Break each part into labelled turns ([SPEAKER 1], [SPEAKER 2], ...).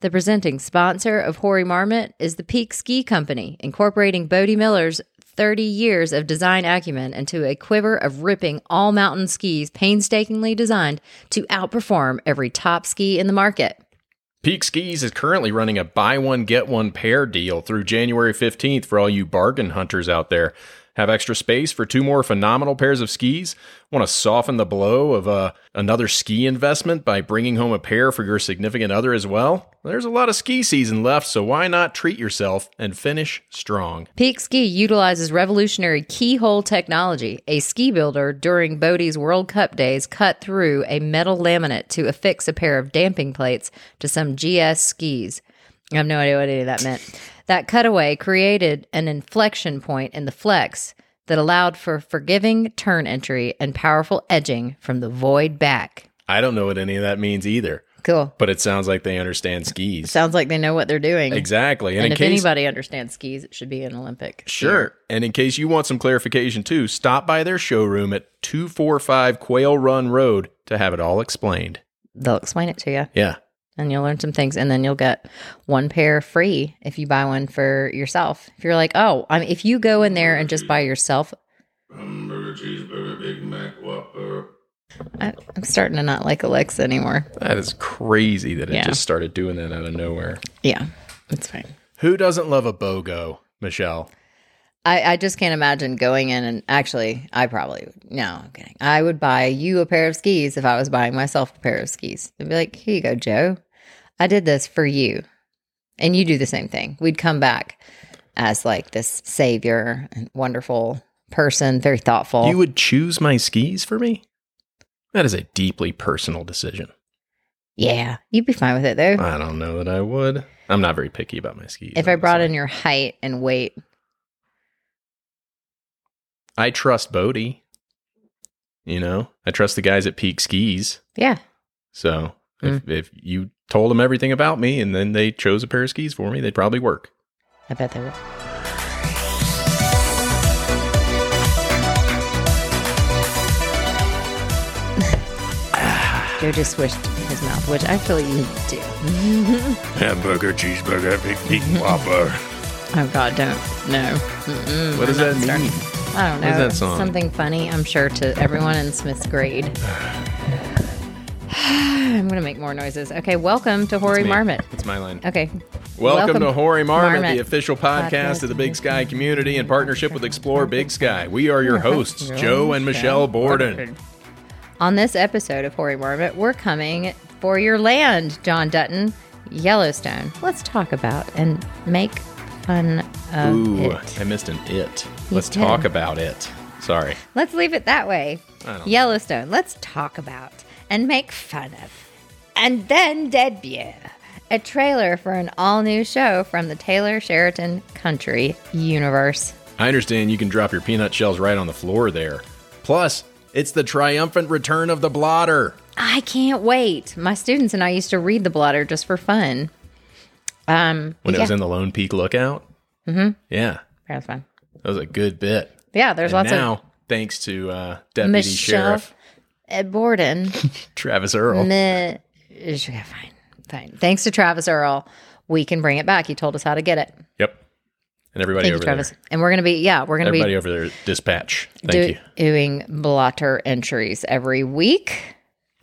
[SPEAKER 1] The presenting sponsor of Hoary Marmot is the Peak Ski Company, incorporating Bodie Miller's 30 years of design acumen into a quiver of ripping all mountain skis painstakingly designed to outperform every top ski in the market.
[SPEAKER 2] Peak Skis is currently running a buy one, get one pair deal through January 15th for all you bargain hunters out there. Have extra space for two more phenomenal pairs of skis? Want to soften the blow of uh, another ski investment by bringing home a pair for your significant other as well? There's a lot of ski season left, so why not treat yourself and finish strong?
[SPEAKER 1] Peak Ski utilizes revolutionary keyhole technology. A ski builder during Bodie's World Cup days cut through a metal laminate to affix a pair of damping plates to some GS skis. I have no idea what any of that meant. That cutaway created an inflection point in the flex that allowed for forgiving turn entry and powerful edging from the void back.
[SPEAKER 2] I don't know what any of that means either,
[SPEAKER 1] Cool.
[SPEAKER 2] but it sounds like they understand skis.
[SPEAKER 1] Sounds like they know what they're doing.
[SPEAKER 2] Exactly.
[SPEAKER 1] And
[SPEAKER 2] in
[SPEAKER 1] if
[SPEAKER 2] case
[SPEAKER 1] anybody understands skis, it should be an Olympic.
[SPEAKER 2] Sure. And in case you want some clarification too, stop by their showroom at 245 Quail Run Road to have it all explained.
[SPEAKER 1] They'll explain it to you.
[SPEAKER 2] Yeah.
[SPEAKER 1] and you'll learn some things and then you'll get one pair free if you buy one for yourself if you're like oh I mean, if you go in there and just buy yourself
[SPEAKER 3] Hamburger, cheeseburger, Big Mac, Whopper.
[SPEAKER 1] I, i'm starting to not like alexa anymore
[SPEAKER 2] That is crazy that it
[SPEAKER 1] Yeah.
[SPEAKER 2] just started doing that out of nowhere.
[SPEAKER 1] yeah it's fine
[SPEAKER 2] Who doesn't love a BOGO, Michelle?
[SPEAKER 1] I, I just can't imagine going in and actually i probably no i'm kidding i would buy you a pair of skis if i was buying myself a pair of skis i'd be like here you go joe i did this for you and you do the same thing we'd come back as like this savior and wonderful person very thoughtful
[SPEAKER 2] You would choose my skis for me? That is a deeply personal decision.
[SPEAKER 1] Yeah, you'd be fine with it though.
[SPEAKER 2] I don't know that I would. I'm not very picky about my skis.
[SPEAKER 1] if I brought in
[SPEAKER 2] honestly.
[SPEAKER 1] your height and weight,
[SPEAKER 2] I trust Bodie. You know, I trust the guys at Peak Skis.
[SPEAKER 1] yeah,
[SPEAKER 2] So if,
[SPEAKER 1] Mm.
[SPEAKER 2] if you told them everything about me and then they chose a pair of skis for me, they'd probably work.
[SPEAKER 1] I bet they would. Joe just swished his mouth, which I feel you do.
[SPEAKER 3] Hamburger, cheeseburger, Big
[SPEAKER 1] Mm-hmm.
[SPEAKER 3] Mac, Whopper.
[SPEAKER 1] Oh God, don't no. Mm-mm,
[SPEAKER 2] What does
[SPEAKER 1] I'm
[SPEAKER 2] that
[SPEAKER 1] not starting.
[SPEAKER 2] mean?
[SPEAKER 1] I don't know.
[SPEAKER 2] What is that song?
[SPEAKER 1] Something funny, I'm sure, to everyone in Smith's grade. I'm gonna make more noises. Okay, welcome to Hoary
[SPEAKER 2] It's me.
[SPEAKER 1] Marmot.
[SPEAKER 2] It's my line.
[SPEAKER 1] Okay,
[SPEAKER 2] Welcome, to Hoary Marmot,
[SPEAKER 1] Marmot.
[SPEAKER 2] the official podcast
[SPEAKER 1] Podcast
[SPEAKER 2] of the Big Sky community in partnership with Explore Big Sky. We are your hosts, Joe and Michelle Borden.
[SPEAKER 1] On this episode of Hoary Marmot, we're coming for your land, John Dutton, Yellowstone. Let's talk about and make fun of
[SPEAKER 2] Ooh,
[SPEAKER 1] it.
[SPEAKER 2] I missed an it. Let's
[SPEAKER 1] did.
[SPEAKER 2] talk about it. Sorry.
[SPEAKER 1] Let's leave it that way.
[SPEAKER 2] I don't-
[SPEAKER 1] Yellowstone. Let's talk about and make fun of. And then debut a trailer for an all-new show from the Taylor Sheraton Country Universe.
[SPEAKER 2] I understand you can drop your peanut shells right on the floor there. Plus, it's the triumphant return of the blotter.
[SPEAKER 1] I can't wait. My students and I used to read the blotter just for fun. Um,
[SPEAKER 2] When it was
[SPEAKER 1] yeah,
[SPEAKER 2] in the Lone Peak Lookout. Mm-hmm. Yeah,
[SPEAKER 1] that was fun.
[SPEAKER 2] that was a good bit.
[SPEAKER 1] Yeah, there's
[SPEAKER 2] And
[SPEAKER 1] lots
[SPEAKER 2] now,
[SPEAKER 1] of
[SPEAKER 2] thanks to uh, Deputy
[SPEAKER 1] Michelle
[SPEAKER 2] Sheriff
[SPEAKER 1] Ed Borden.
[SPEAKER 2] Travis Earl,
[SPEAKER 1] Meh. Okay, fine, fine. Thanks to Travis Earl, we can bring it back. He told us how to get it.
[SPEAKER 2] yep, and everybody
[SPEAKER 1] Thank you,
[SPEAKER 2] over
[SPEAKER 1] Travis.
[SPEAKER 2] there,
[SPEAKER 1] And we're gonna be yeah, we're gonna
[SPEAKER 2] everybody
[SPEAKER 1] be
[SPEAKER 2] over there, dispatch. Thank
[SPEAKER 1] do-
[SPEAKER 2] you.
[SPEAKER 1] doing blotter entries every week.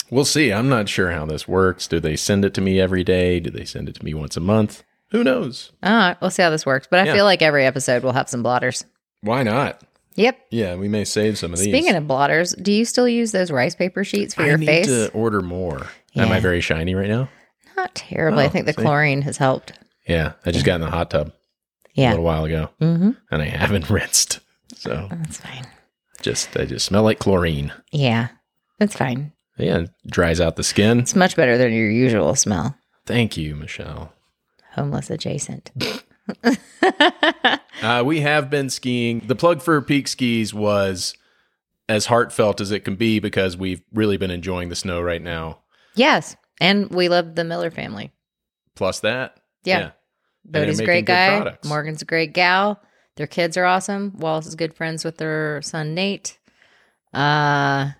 [SPEAKER 2] We'll see. I'm not sure how this works. Do they send it to me every day? Do they send it to me once a month? Who knows?
[SPEAKER 1] Uh, we'll see how this works. But I
[SPEAKER 2] Yeah.
[SPEAKER 1] feel like every episode we'll have some blotters.
[SPEAKER 2] Why not?
[SPEAKER 1] Yep.
[SPEAKER 2] Yeah, we may save some of these.
[SPEAKER 1] Speaking of blotters, do you still use those rice paper sheets for
[SPEAKER 2] I
[SPEAKER 1] your
[SPEAKER 2] need
[SPEAKER 1] face?
[SPEAKER 2] to order more. Am I
[SPEAKER 1] Yeah.
[SPEAKER 2] very shiny right now?
[SPEAKER 1] Not terribly. I
[SPEAKER 2] Oh,
[SPEAKER 1] think the
[SPEAKER 2] see.
[SPEAKER 1] chlorine has helped.
[SPEAKER 2] Yeah, I just got in the hot tub a
[SPEAKER 1] Yeah.
[SPEAKER 2] little while ago,
[SPEAKER 1] Mm-hmm. Uh,
[SPEAKER 2] and I haven't rinsed. So
[SPEAKER 1] That's fine.
[SPEAKER 2] just I just smell like chlorine.
[SPEAKER 1] Yeah. That's fine.
[SPEAKER 2] Yeah, it dries out the skin.
[SPEAKER 1] It's much better than your usual smell.
[SPEAKER 2] Thank you, Michelle.
[SPEAKER 1] homeless adjacent.
[SPEAKER 2] Uh, we have been skiing. The plug for Peak Skis was as heartfelt as it can be because we've really been enjoying the snow right now.
[SPEAKER 1] yes. And we love the Miller family.
[SPEAKER 2] Plus that,
[SPEAKER 1] Yeah.
[SPEAKER 2] they're
[SPEAKER 1] Bodie's a
[SPEAKER 2] making
[SPEAKER 1] great
[SPEAKER 2] good
[SPEAKER 1] guy.
[SPEAKER 2] products.
[SPEAKER 1] Morgan's a great gal. Their kids are awesome. Wallace is good friends with their son Nate. Uh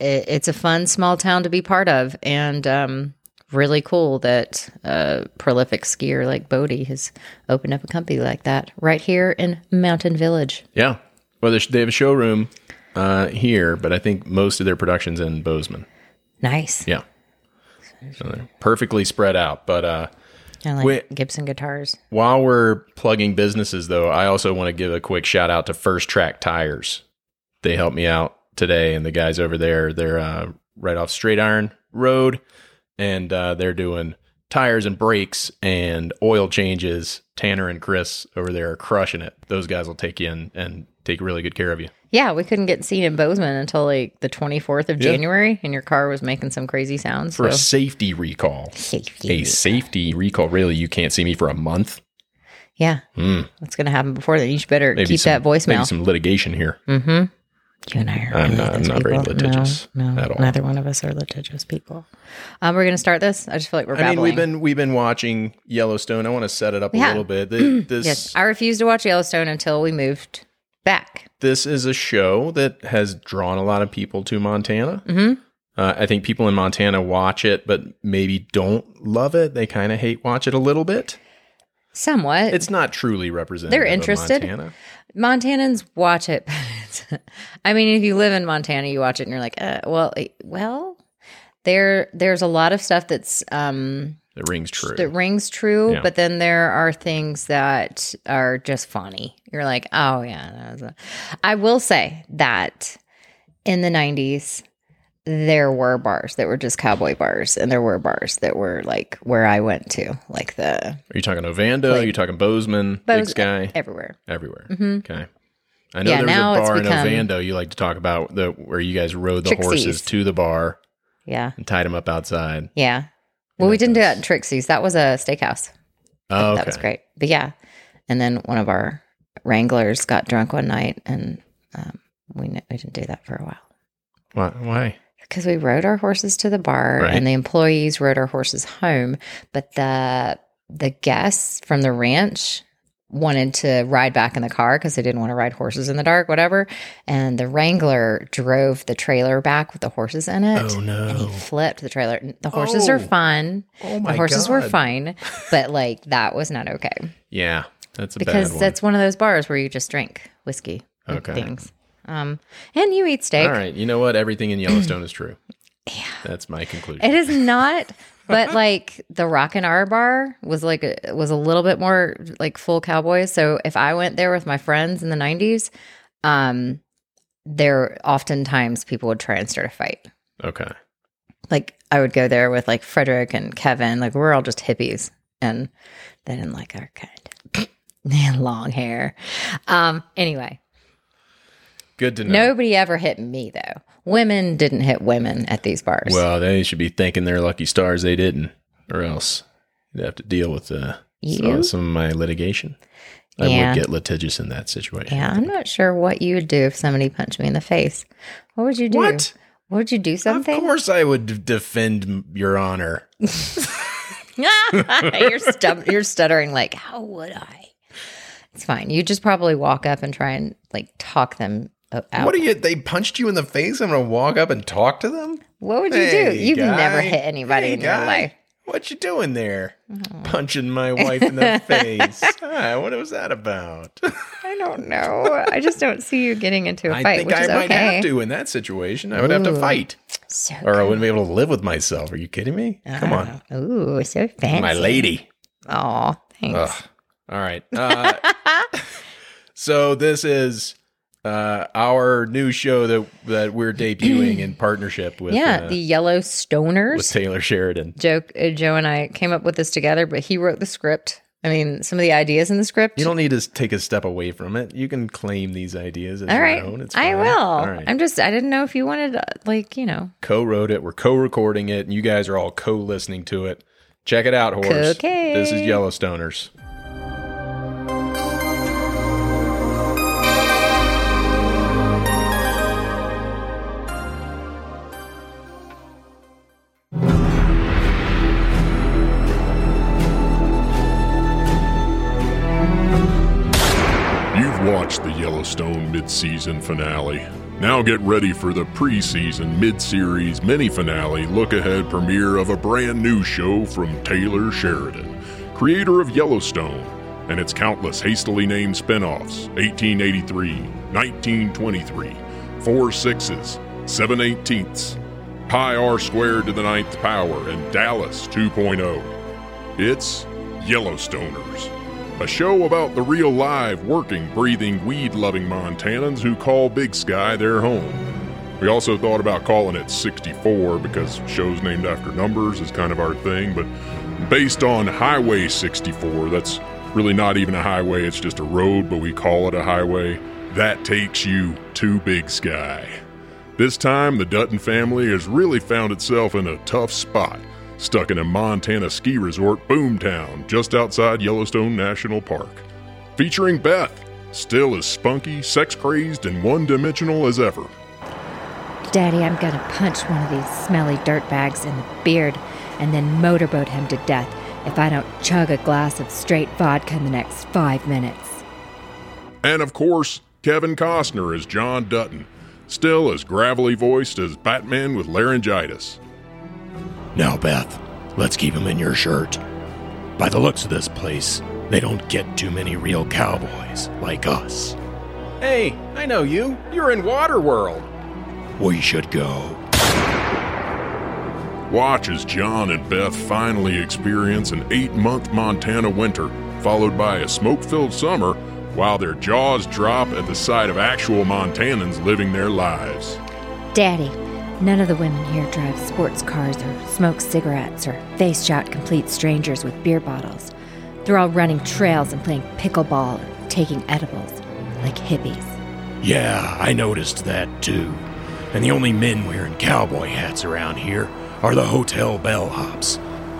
[SPEAKER 1] it, it's a fun small town to be part of. And um really cool that a prolific skier like Bodie has opened up a company like that right here in Mountain Village.
[SPEAKER 2] Yeah. Well, they sh- they have a showroom uh, here, but I think most of their productions in Bozeman.
[SPEAKER 1] Nice.
[SPEAKER 2] Yeah. So they're perfectly spread out. But uh,
[SPEAKER 1] I like
[SPEAKER 2] Wait.
[SPEAKER 1] Gibson guitars.
[SPEAKER 2] while we're plugging businesses, though, I also want to give a quick shout out to First Track Tires. They helped me out today, and the guys over there, they're uh, right off Straight Iron Road, and uh, they're doing tires and brakes and oil changes. Tanner and Chris over there are crushing it. Those guys will take you in and take really good care of you.
[SPEAKER 1] Yeah, we couldn't get seen in Bozeman until like the 24th of
[SPEAKER 2] Yeah.
[SPEAKER 1] January, and your car was making some crazy sounds.
[SPEAKER 2] for a
[SPEAKER 1] so.
[SPEAKER 2] safety recall. A
[SPEAKER 1] Safety.
[SPEAKER 2] safety recall. Really, you can't see me for a month.
[SPEAKER 1] Yeah.
[SPEAKER 2] Hmm.
[SPEAKER 1] What's going to happen before then? You should better keep
[SPEAKER 2] some,
[SPEAKER 1] that voicemail. Mm-hmm.
[SPEAKER 2] Maybe some litigation here.
[SPEAKER 1] You and I are.
[SPEAKER 2] I'm
[SPEAKER 1] really
[SPEAKER 2] not- I'm
[SPEAKER 1] those
[SPEAKER 2] not very
[SPEAKER 1] people.
[SPEAKER 2] litigious
[SPEAKER 1] No, no,
[SPEAKER 2] at all.
[SPEAKER 1] Neither one of us are litigious people. Um, we're going to start this. I just feel like we're
[SPEAKER 2] I
[SPEAKER 1] babbling.
[SPEAKER 2] mean, we've been we've been watching Yellowstone. I want to set it up a
[SPEAKER 1] Yeah.
[SPEAKER 2] little bit. Th- This
[SPEAKER 1] yes, I refused to watch Yellowstone until we moved back.
[SPEAKER 2] this is a show that has drawn a lot of people to Montana.
[SPEAKER 1] Mhm.
[SPEAKER 2] Uh, I think people in Montana watch it, but maybe don't love it. They kind of hate watch it a little bit.
[SPEAKER 1] Somewhat.
[SPEAKER 2] It's not truly representative.
[SPEAKER 1] They're
[SPEAKER 2] of
[SPEAKER 1] interested.
[SPEAKER 2] Montana.
[SPEAKER 1] Montanans watch it. but it's- I mean, if you live in Montana, you watch it and you're like, uh, well, eh, well, there there's a lot of stuff that's um,
[SPEAKER 2] That rings true.
[SPEAKER 1] that rings true,
[SPEAKER 2] Yeah.
[SPEAKER 1] but then there are things that are just funny. You're like, oh yeah. that was a-" I will say that in the '90s, there were bars that were just cowboy bars, and there were bars that were like where I went to, like the
[SPEAKER 2] Are you talking Ovando? Are you talking Bozeman?
[SPEAKER 1] Bose-
[SPEAKER 2] Big Sky?
[SPEAKER 1] everywhere.
[SPEAKER 2] everywhere.
[SPEAKER 1] Mhm.
[SPEAKER 2] Okay. I know
[SPEAKER 1] Yeah,
[SPEAKER 2] there was a
[SPEAKER 1] now it's
[SPEAKER 2] bar in
[SPEAKER 1] become-
[SPEAKER 2] Ovando you like to talk about the where you guys rode the
[SPEAKER 1] Trixie's.
[SPEAKER 2] horses to the bar
[SPEAKER 1] Yeah,
[SPEAKER 2] and tied them up outside.
[SPEAKER 1] yeah. Well,
[SPEAKER 2] Yeah,
[SPEAKER 1] we didn't do
[SPEAKER 2] that's-
[SPEAKER 1] that in Trixie's. That was a steakhouse.
[SPEAKER 2] Oh, okay.
[SPEAKER 1] That was great. But yeah. And then one of our wranglers got drunk one night and um, we, kn- we didn't do that for a while
[SPEAKER 2] Why? Why?
[SPEAKER 1] because we rode our horses to the bar
[SPEAKER 2] Right.
[SPEAKER 1] and the employees rode our horses home. But the, the guests from the ranch wanted to ride back in the car because they didn't want to ride horses in the dark, whatever. And the wrangler drove the trailer back with the horses in it.
[SPEAKER 2] Oh
[SPEAKER 1] And
[SPEAKER 2] no!
[SPEAKER 1] he flipped the trailer. The horses
[SPEAKER 2] Oh.
[SPEAKER 1] are fun.
[SPEAKER 2] Oh
[SPEAKER 1] The
[SPEAKER 2] my
[SPEAKER 1] horses were
[SPEAKER 2] God.
[SPEAKER 1] fine, but like that was not okay
[SPEAKER 2] Yeah, that's a
[SPEAKER 1] because
[SPEAKER 2] bad one.
[SPEAKER 1] that's one of those bars where you just drink whiskey and
[SPEAKER 2] Okay.
[SPEAKER 1] things. Um, and you eat steak.
[SPEAKER 2] All right. You know what? Everything in Yellowstone is true. Yeah. That's my conclusion.
[SPEAKER 1] It is not, but like the Rock and R bar was like a, was a little bit more like full cowboys. So if I went there with my friends in the nineties, um, there oftentimes people would try and start a fight.
[SPEAKER 2] Okay.
[SPEAKER 1] Like I would go there with like Frederick and Kevin. Like we're all just hippies, and they didn't like our kind. Man, long hair. Um. Anyway.
[SPEAKER 2] Good to know.
[SPEAKER 1] Nobody ever hit me though. Women didn't hit women at these bars.
[SPEAKER 2] Well, they should be thanking their lucky stars they didn't, or else they'd have to deal with uh,
[SPEAKER 1] You?
[SPEAKER 2] some, some of my litigation. I
[SPEAKER 1] Yeah.
[SPEAKER 2] would get litigious in that situation.
[SPEAKER 1] yeah, I'm not sure what you would do if somebody punched me in the face. What would you do?
[SPEAKER 2] What?
[SPEAKER 1] Would you do
[SPEAKER 2] Of
[SPEAKER 1] something?
[SPEAKER 2] course, I would d- defend m- your honor.
[SPEAKER 1] you're stum- you're stuttering like, how would I? It's fine. You just probably walk up and try and like talk them o- out.
[SPEAKER 2] What
[SPEAKER 1] What,
[SPEAKER 2] are you? They punched you in the face. I'm gonna walk up and talk to them.
[SPEAKER 1] would you
[SPEAKER 2] Hey,
[SPEAKER 1] do? You've
[SPEAKER 2] guy.
[SPEAKER 1] never hit anybody
[SPEAKER 2] Hey,
[SPEAKER 1] in
[SPEAKER 2] guy.
[SPEAKER 1] your life. Mm-hmm.
[SPEAKER 2] What you doing there? Punching my wife in the face. Hi, what was that about?
[SPEAKER 1] I don't know. I just don't see you getting into a
[SPEAKER 2] I
[SPEAKER 1] fight,
[SPEAKER 2] think
[SPEAKER 1] which
[SPEAKER 2] I
[SPEAKER 1] is
[SPEAKER 2] might
[SPEAKER 1] okay.
[SPEAKER 2] have to in that situation. I would have to
[SPEAKER 1] Ooh.
[SPEAKER 2] fight,
[SPEAKER 1] So
[SPEAKER 2] or I wouldn't be able to live with myself. Are you kidding me? Come on,
[SPEAKER 1] good. Ooh, so fancy.
[SPEAKER 2] my lady.
[SPEAKER 1] Oh, thanks.
[SPEAKER 2] Ugh. All right. Uh, so this is uh, our new show that that we're debuting in partnership with
[SPEAKER 1] yeah,
[SPEAKER 2] uh,
[SPEAKER 1] the Yellow
[SPEAKER 2] with
[SPEAKER 1] Stoners.
[SPEAKER 2] Taylor Sheridan.
[SPEAKER 1] Joe, uh, Joe and I came up with this together, but he wrote the script. I mean, some of the ideas in the script.
[SPEAKER 2] You don't need to s- take a step away from it. You can claim these ideas as
[SPEAKER 1] All
[SPEAKER 2] your
[SPEAKER 1] right,
[SPEAKER 2] own. It's
[SPEAKER 1] I
[SPEAKER 2] fine.
[SPEAKER 1] will.
[SPEAKER 2] All right.
[SPEAKER 1] I'm just, I didn't know if you wanted, uh, like, you know,
[SPEAKER 2] co-wrote it. We're co-recording it, and you guys are all co-listening to it. Check it out, horse.
[SPEAKER 1] Cocaine.
[SPEAKER 2] This is Yellowstoners.
[SPEAKER 4] You've watched the Yellowstone mid-season finale, Now get ready for the preseason, mid series, mini finale, look ahead premiere of a brand new show from Taylor Sheridan, creator of Yellowstone, and its countless hastily named spin offs 1883, 1923, Four Sixes, Seven Eighteenths, Pi R Squared to the Ninth Power, and Dallas 2.0. It's Yellowstoners. A show about the real live, working, breathing, weed loving Montanans who call Big Sky their home. We also thought about calling it 64 because shows named after numbers is kind of our thing, but based on Highway 64, that's really not even a highway, it's just a road, but we call it a highway. That takes you to Big Sky. This time, the Dutton family has really found itself in a tough spot stuck in a Montana ski resort boomtown just outside Yellowstone National Park. Featuring Beth, still as spunky, sex crazed, and one dimensional as ever.
[SPEAKER 5] Daddy, I'm gonna punch one of these smelly dirtbags in the beard and then motorboat him to death if I don't chug a glass of straight vodka in the next five minutes.
[SPEAKER 4] And of course, Kevin Costner as John Dutton, still as gravelly voiced as Batman with laryngitis.
[SPEAKER 6] Now, Beth, let's keep him in your shirt. By the looks of this place, they don't get too many real cowboys like us.
[SPEAKER 2] Hey, I know you. You're in Waterworld.
[SPEAKER 6] We should go.
[SPEAKER 4] Watch as John and Beth finally experience an eight month Montana winter, followed by a smoke filled summer, while their jaws drop at the sight of actual Montanans living their lives.
[SPEAKER 5] Daddy, none of the women here drive sports cars or smoke cigarettes or face shot complete strangers with beer bottles. They're all running trails and playing pickleball and taking edibles like hippies.
[SPEAKER 6] Yeah, I noticed that too. And the only men wearing cowboy hats around here are the hotel bellhops.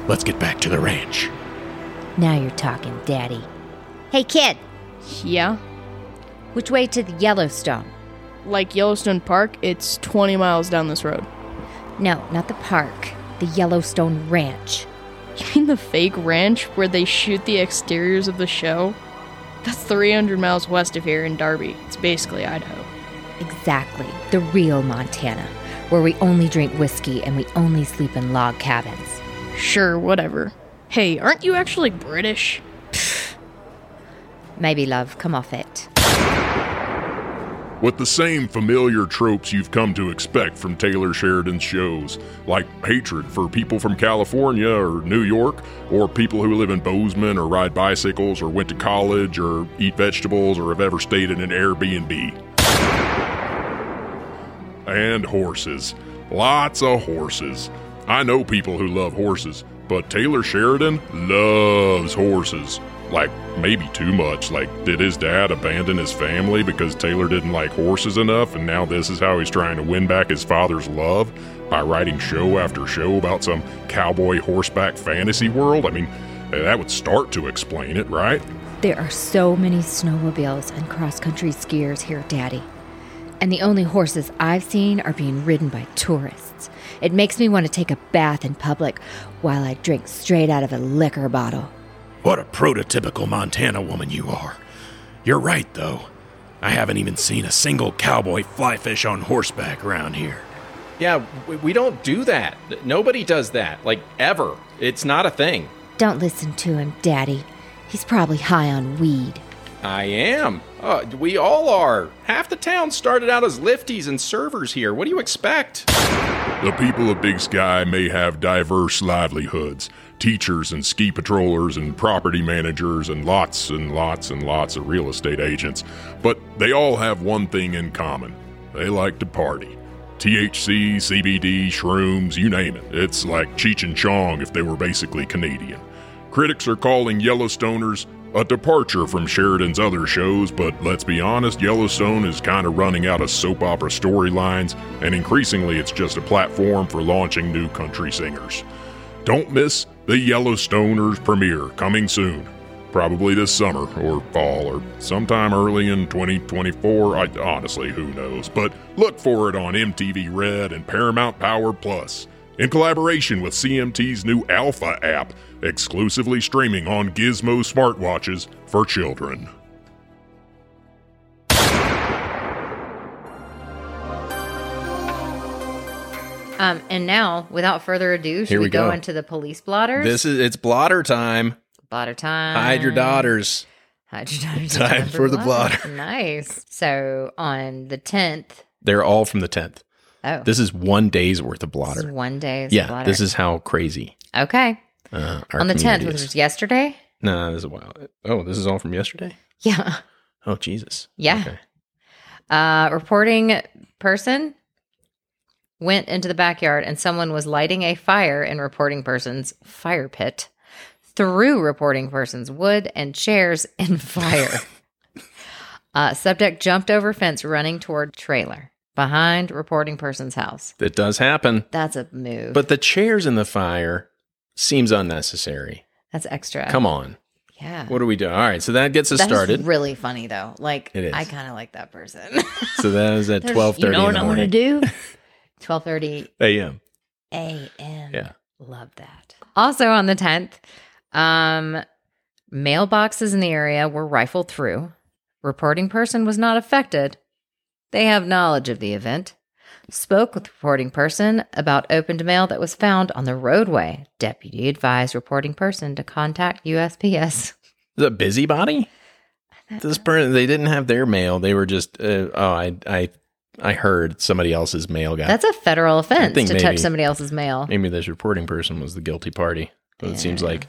[SPEAKER 6] Let's get back to the ranch.
[SPEAKER 5] Now you're talking, Daddy. Hey, kid,
[SPEAKER 7] Yeah.
[SPEAKER 5] which way to the Yellowstone?
[SPEAKER 7] Like Yellowstone Park, it's 20 miles down this road.
[SPEAKER 5] No, not the park, the Yellowstone Ranch.
[SPEAKER 7] You mean the fake ranch where they shoot the exteriors of the show? That's 300 miles west of here in Darby. It's basically Idaho.
[SPEAKER 5] Exactly, the real Montana, where we only drink whiskey and we only sleep in log cabins.
[SPEAKER 7] Sure, whatever. Hey, aren't you actually British?
[SPEAKER 5] Maybe, love, come off it.
[SPEAKER 4] With the same familiar tropes you've come to expect from Taylor Sheridan's shows, like hatred for people from California or New York, or people who live in Bozeman or ride bicycles or went to college or eat vegetables or have ever stayed in an Airbnb. And horses. Lots of horses. I know people who love horses, but Taylor Sheridan loves horses. Like, maybe too much. Like, did his dad abandon his family because Taylor didn't like horses enough, and now this is how he's trying to win back his father's love? By writing show after show about some cowboy horseback fantasy world? I mean, that would start to explain it, right?
[SPEAKER 5] There are so many snowmobiles and cross country skiers here, Daddy. And the only horses I've seen are being ridden by tourists. It makes me want to take a bath in public while I drink straight out of a liquor bottle.
[SPEAKER 6] What a prototypical Montana woman you are. You're right, though. I haven't even seen a single cowboy fly fish on horseback around here.
[SPEAKER 2] Yeah, we, we don't do that. Nobody does that. Like, ever. It's not a thing.
[SPEAKER 5] Don't listen to him, Daddy. He's probably high on weed.
[SPEAKER 2] I am. Uh, we all are. Half the town started out as lifties and servers here. What do you expect?
[SPEAKER 4] The people of Big Sky may have diverse livelihoods teachers and ski patrollers and property managers and lots and lots and lots of real estate agents, but they all have one thing in common they like to party. THC, CBD, shrooms, you name it. It's like Cheech and Chong if they were basically Canadian. Critics are calling Yellowstoners a departure from Sheridan's other shows, but let's be honest, Yellowstone is kind of running out of soap opera storylines, and increasingly it's just a platform for launching new country singers. Don't miss the Yellowstoners premiere coming soon. Probably this summer or fall or sometime early in 2024. I honestly, who knows? But look for it on MTV Red and Paramount Power Plus in collaboration with CMT's new Alpha app, exclusively streaming on Gizmo smartwatches for children.
[SPEAKER 1] Um, and now, without further ado, should
[SPEAKER 2] Here
[SPEAKER 1] we,
[SPEAKER 2] we
[SPEAKER 1] go.
[SPEAKER 2] go.
[SPEAKER 1] into the police blotters?
[SPEAKER 2] This is it's blotter time.
[SPEAKER 1] blotter time.
[SPEAKER 2] Hide your daughters.
[SPEAKER 1] Hide your daughters.
[SPEAKER 2] Time
[SPEAKER 1] Remember
[SPEAKER 2] for the
[SPEAKER 1] Nice. So on the tenth.
[SPEAKER 2] They're all from the tenth.
[SPEAKER 1] Oh,
[SPEAKER 2] This is one day's worth of
[SPEAKER 1] this is
[SPEAKER 2] blotter.
[SPEAKER 1] one day's
[SPEAKER 2] Yeah,
[SPEAKER 1] blotter.
[SPEAKER 2] this is how crazy.
[SPEAKER 1] okay.
[SPEAKER 2] Uh, our
[SPEAKER 1] On the tenth,
[SPEAKER 2] community
[SPEAKER 1] which
[SPEAKER 2] is.
[SPEAKER 1] was yesterday.
[SPEAKER 2] no, this is a while. Oh, this is all from yesterday.
[SPEAKER 1] Yeah.
[SPEAKER 2] Oh Jesus.
[SPEAKER 1] Yeah.
[SPEAKER 2] Okay.
[SPEAKER 1] Uh, reporting person went into the backyard and someone was lighting a fire in reporting person's fire pit, threw reporting person's wood and chairs in fire. uh, subject jumped over fence running toward trailer behind reporting person's house.
[SPEAKER 2] That does happen.
[SPEAKER 1] That's a move.
[SPEAKER 2] But the chairs in the fire seems unnecessary.
[SPEAKER 1] that's extra.
[SPEAKER 2] Come on.
[SPEAKER 1] yeah.
[SPEAKER 2] What do we do? All right. So that gets us
[SPEAKER 1] That is
[SPEAKER 2] started.
[SPEAKER 1] really funny though. Like
[SPEAKER 2] It is.
[SPEAKER 1] I kind of like that person.
[SPEAKER 2] so that is at
[SPEAKER 1] There's-
[SPEAKER 2] twelve thirty
[SPEAKER 1] You know what
[SPEAKER 2] in the
[SPEAKER 1] I want to
[SPEAKER 2] morning.
[SPEAKER 1] do? Twelve thirty
[SPEAKER 2] A.M.
[SPEAKER 1] a.m.
[SPEAKER 2] Yeah.
[SPEAKER 1] Love that. Also on the 10th, um, mailboxes in the area were rifled through. Reporting person was not affected. They have knowledge of the event. Spoke with reporting person about opened mail that was found on the roadway. Deputy advised reporting person to contact USPS.
[SPEAKER 2] The busybody. This person, they didn't have their mail. They were just. Uh, oh, I, I, I heard somebody else's mail got.
[SPEAKER 1] That's a federal offense to
[SPEAKER 2] think maybe-
[SPEAKER 1] touch somebody else's mail.
[SPEAKER 2] Maybe this reporting person was the guilty party. But it seems like.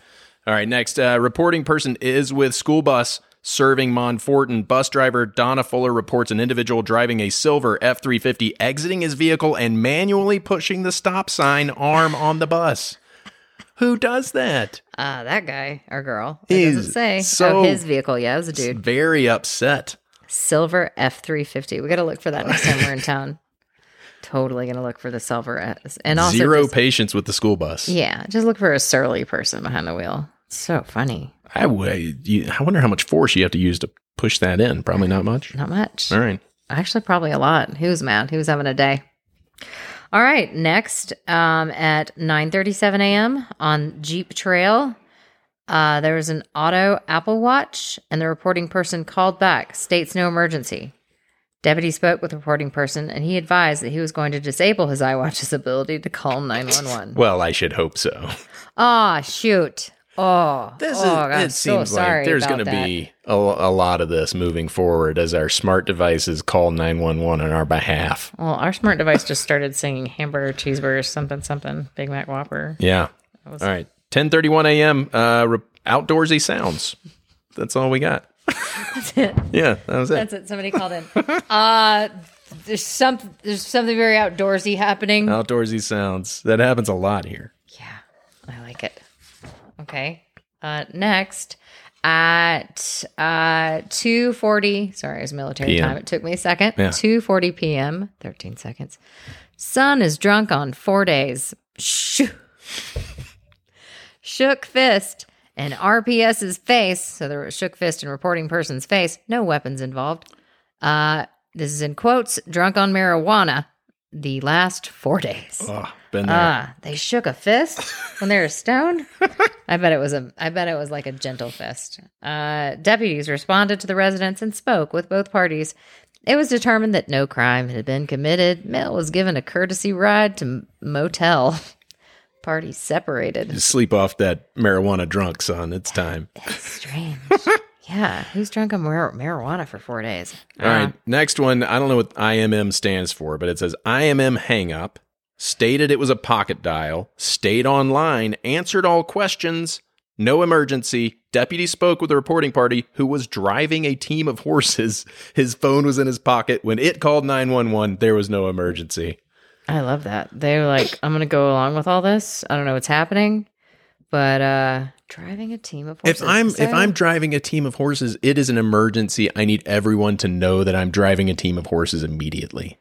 [SPEAKER 2] All right, next. Uh, reporting person is with school bus serving Monforton. Bus driver Donna Fuller reports an individual driving a silver F 350 exiting his vehicle and manually pushing the stop sign arm on the bus. Who does that?
[SPEAKER 1] Ah, that guy or girl. It doesn't
[SPEAKER 2] Is
[SPEAKER 1] say.
[SPEAKER 2] so-
[SPEAKER 1] oh, his vehicle. Yeah, it was a dude.
[SPEAKER 2] Very upset.
[SPEAKER 1] Silver F three fifty. We got to look for that next time we're in town. Totally gonna look for the silver S. and also
[SPEAKER 2] Zero
[SPEAKER 1] just-
[SPEAKER 2] patience with the school bus.
[SPEAKER 1] yeah, just look for a surly person behind the wheel. So funny.
[SPEAKER 2] I would. You, I wonder how much force you have to use to push that in. Probably not much.
[SPEAKER 1] Not much.
[SPEAKER 2] All right.
[SPEAKER 1] Actually, probably a lot. Who's mad? Who's having a day? All right. Next, um, at nine thirty-seven a.m. on Jeep Trail, uh, there was an auto Apple Watch, and the reporting person called back. States no emergency. Deputy spoke with the reporting person, and he advised that he was going to disable his iWatch's ability to call nine one one.
[SPEAKER 2] Well, I should hope so.
[SPEAKER 1] Ah, shoot. Oh,
[SPEAKER 2] This
[SPEAKER 1] oh,
[SPEAKER 2] is,
[SPEAKER 1] God, I'm
[SPEAKER 2] it seems
[SPEAKER 1] so
[SPEAKER 2] like
[SPEAKER 1] sorry
[SPEAKER 2] there's
[SPEAKER 1] about
[SPEAKER 2] going to
[SPEAKER 1] that.
[SPEAKER 2] be a, a lot of this moving forward as our smart devices call 911 on our behalf.
[SPEAKER 1] Well, our smart device just started singing hamburger, cheeseburger, something, something, Big Mac Whopper.
[SPEAKER 2] Yeah. All right. 10:31 a.m. Uh, re- outdoorsy sounds. That's all we got. That's it. Yeah, that was it.
[SPEAKER 1] That's it. Somebody called in. Uh, there's some there's something very outdoorsy happening.
[SPEAKER 2] outdoorsy sounds. That happens a lot here.
[SPEAKER 1] Yeah, I like it. Okay. Uh, next at uh 2:40. Sorry, it was military
[SPEAKER 2] PM.
[SPEAKER 1] time. It took me a second.
[SPEAKER 2] Yeah.
[SPEAKER 1] 2:40 p.m. 13 seconds. Son is drunk on four days. Shoo. Shook fist and RPS's face. So there was shook fist and reporting person's face. No weapons involved. Uh, this is in quotes. Drunk on marijuana. The last four days.
[SPEAKER 2] Oh, been there.
[SPEAKER 1] Ah, they shook a fist when they were stoned. I bet it was a. I bet it was like a gentle fist. Uh, deputies responded to the residents and spoke with both parties. It was determined that no crime had been committed. Mel was given a courtesy ride to m- motel. Parties separated.
[SPEAKER 2] Just sleep off that marijuana drunk, son. It's time.
[SPEAKER 1] It's strange. yeah, who's drunk on mar- marijuana for four days?
[SPEAKER 2] All right. Next one. I don't know what IMM stands for, but it says IMM hang up, stated it was a pocket dial, stayed online, answered all questions, no emergency. Deputy spoke with the reporting party who was driving a team of horses. His phone was in his pocket. When it called 911, there was no emergency.
[SPEAKER 1] I love that. They're like, I'm gonna go along with all this. I don't know what's happening, but uh driving a team of
[SPEAKER 2] If
[SPEAKER 1] horses.
[SPEAKER 2] I'm
[SPEAKER 1] is
[SPEAKER 2] if
[SPEAKER 1] that-
[SPEAKER 2] I'm driving a team of horses, it is an emergency. I need everyone to know that I'm driving a team of horses immediately.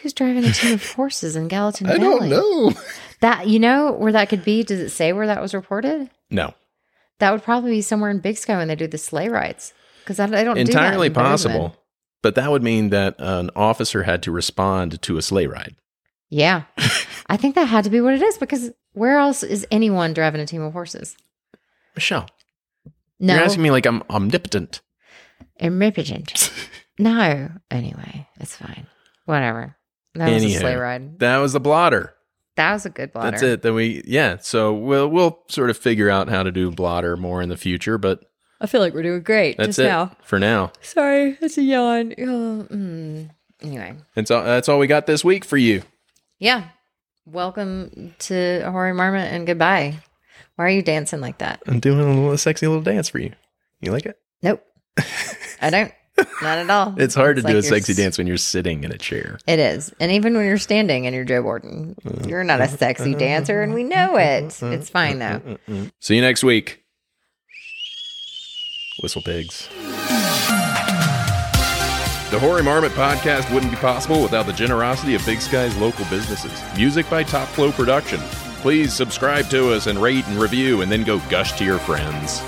[SPEAKER 1] Who's driving a team of horses in Gallatin Valley?
[SPEAKER 2] know.
[SPEAKER 1] That you know where that could be? Does it say where that was reported?
[SPEAKER 2] No.
[SPEAKER 1] That would probably be somewhere in Big Sky when they do the sleigh rides. Because I, I don't do that
[SPEAKER 2] entirely
[SPEAKER 1] in Bozeman.
[SPEAKER 2] possible but that would mean that an officer had to respond to a sleigh ride
[SPEAKER 1] Yeah, I think that had to be what it is. Because where else is anyone driving a team of horses?
[SPEAKER 2] michelle
[SPEAKER 1] No,
[SPEAKER 2] you're asking me like i'm omnipotent
[SPEAKER 1] omnipotent. no, anyway, it's fine. Whatever. That was a
[SPEAKER 2] Anyhow,
[SPEAKER 1] sleigh ride.
[SPEAKER 2] that was the blotter
[SPEAKER 1] That was a good blotter.
[SPEAKER 2] That's it. Then we yeah. So we'll we'll sort of figure out how to do blotter more in the future, but
[SPEAKER 1] I feel like we're doing great
[SPEAKER 2] that's
[SPEAKER 1] just
[SPEAKER 2] it
[SPEAKER 1] now.
[SPEAKER 2] for now.
[SPEAKER 1] Sorry, that's a yawn. Oh, mm. Anyway,
[SPEAKER 2] And so that's all we got this week for you.
[SPEAKER 1] yeah. Welcome to Horror Marmot and goodbye. Why are you dancing like that?
[SPEAKER 2] I'm doing a little sexy little dance for you. You like it?
[SPEAKER 1] Nope. I don't. Not at all.
[SPEAKER 2] It's hard to
[SPEAKER 1] like
[SPEAKER 2] do a
[SPEAKER 1] you're
[SPEAKER 2] sexy
[SPEAKER 1] s-
[SPEAKER 2] dance when you're sitting in a chair.
[SPEAKER 1] It is. And even when you're standing and you're Joe Borden, you're not a sexy dancer, and we know it. It's fine, though.
[SPEAKER 2] See you next week. Whistle pigs. The Hoary Marmot podcast wouldn't be possible without the generosity of Big Sky's local businesses. Music by Top Flow Production. Please subscribe to us and rate and review, and then go gush to your friends.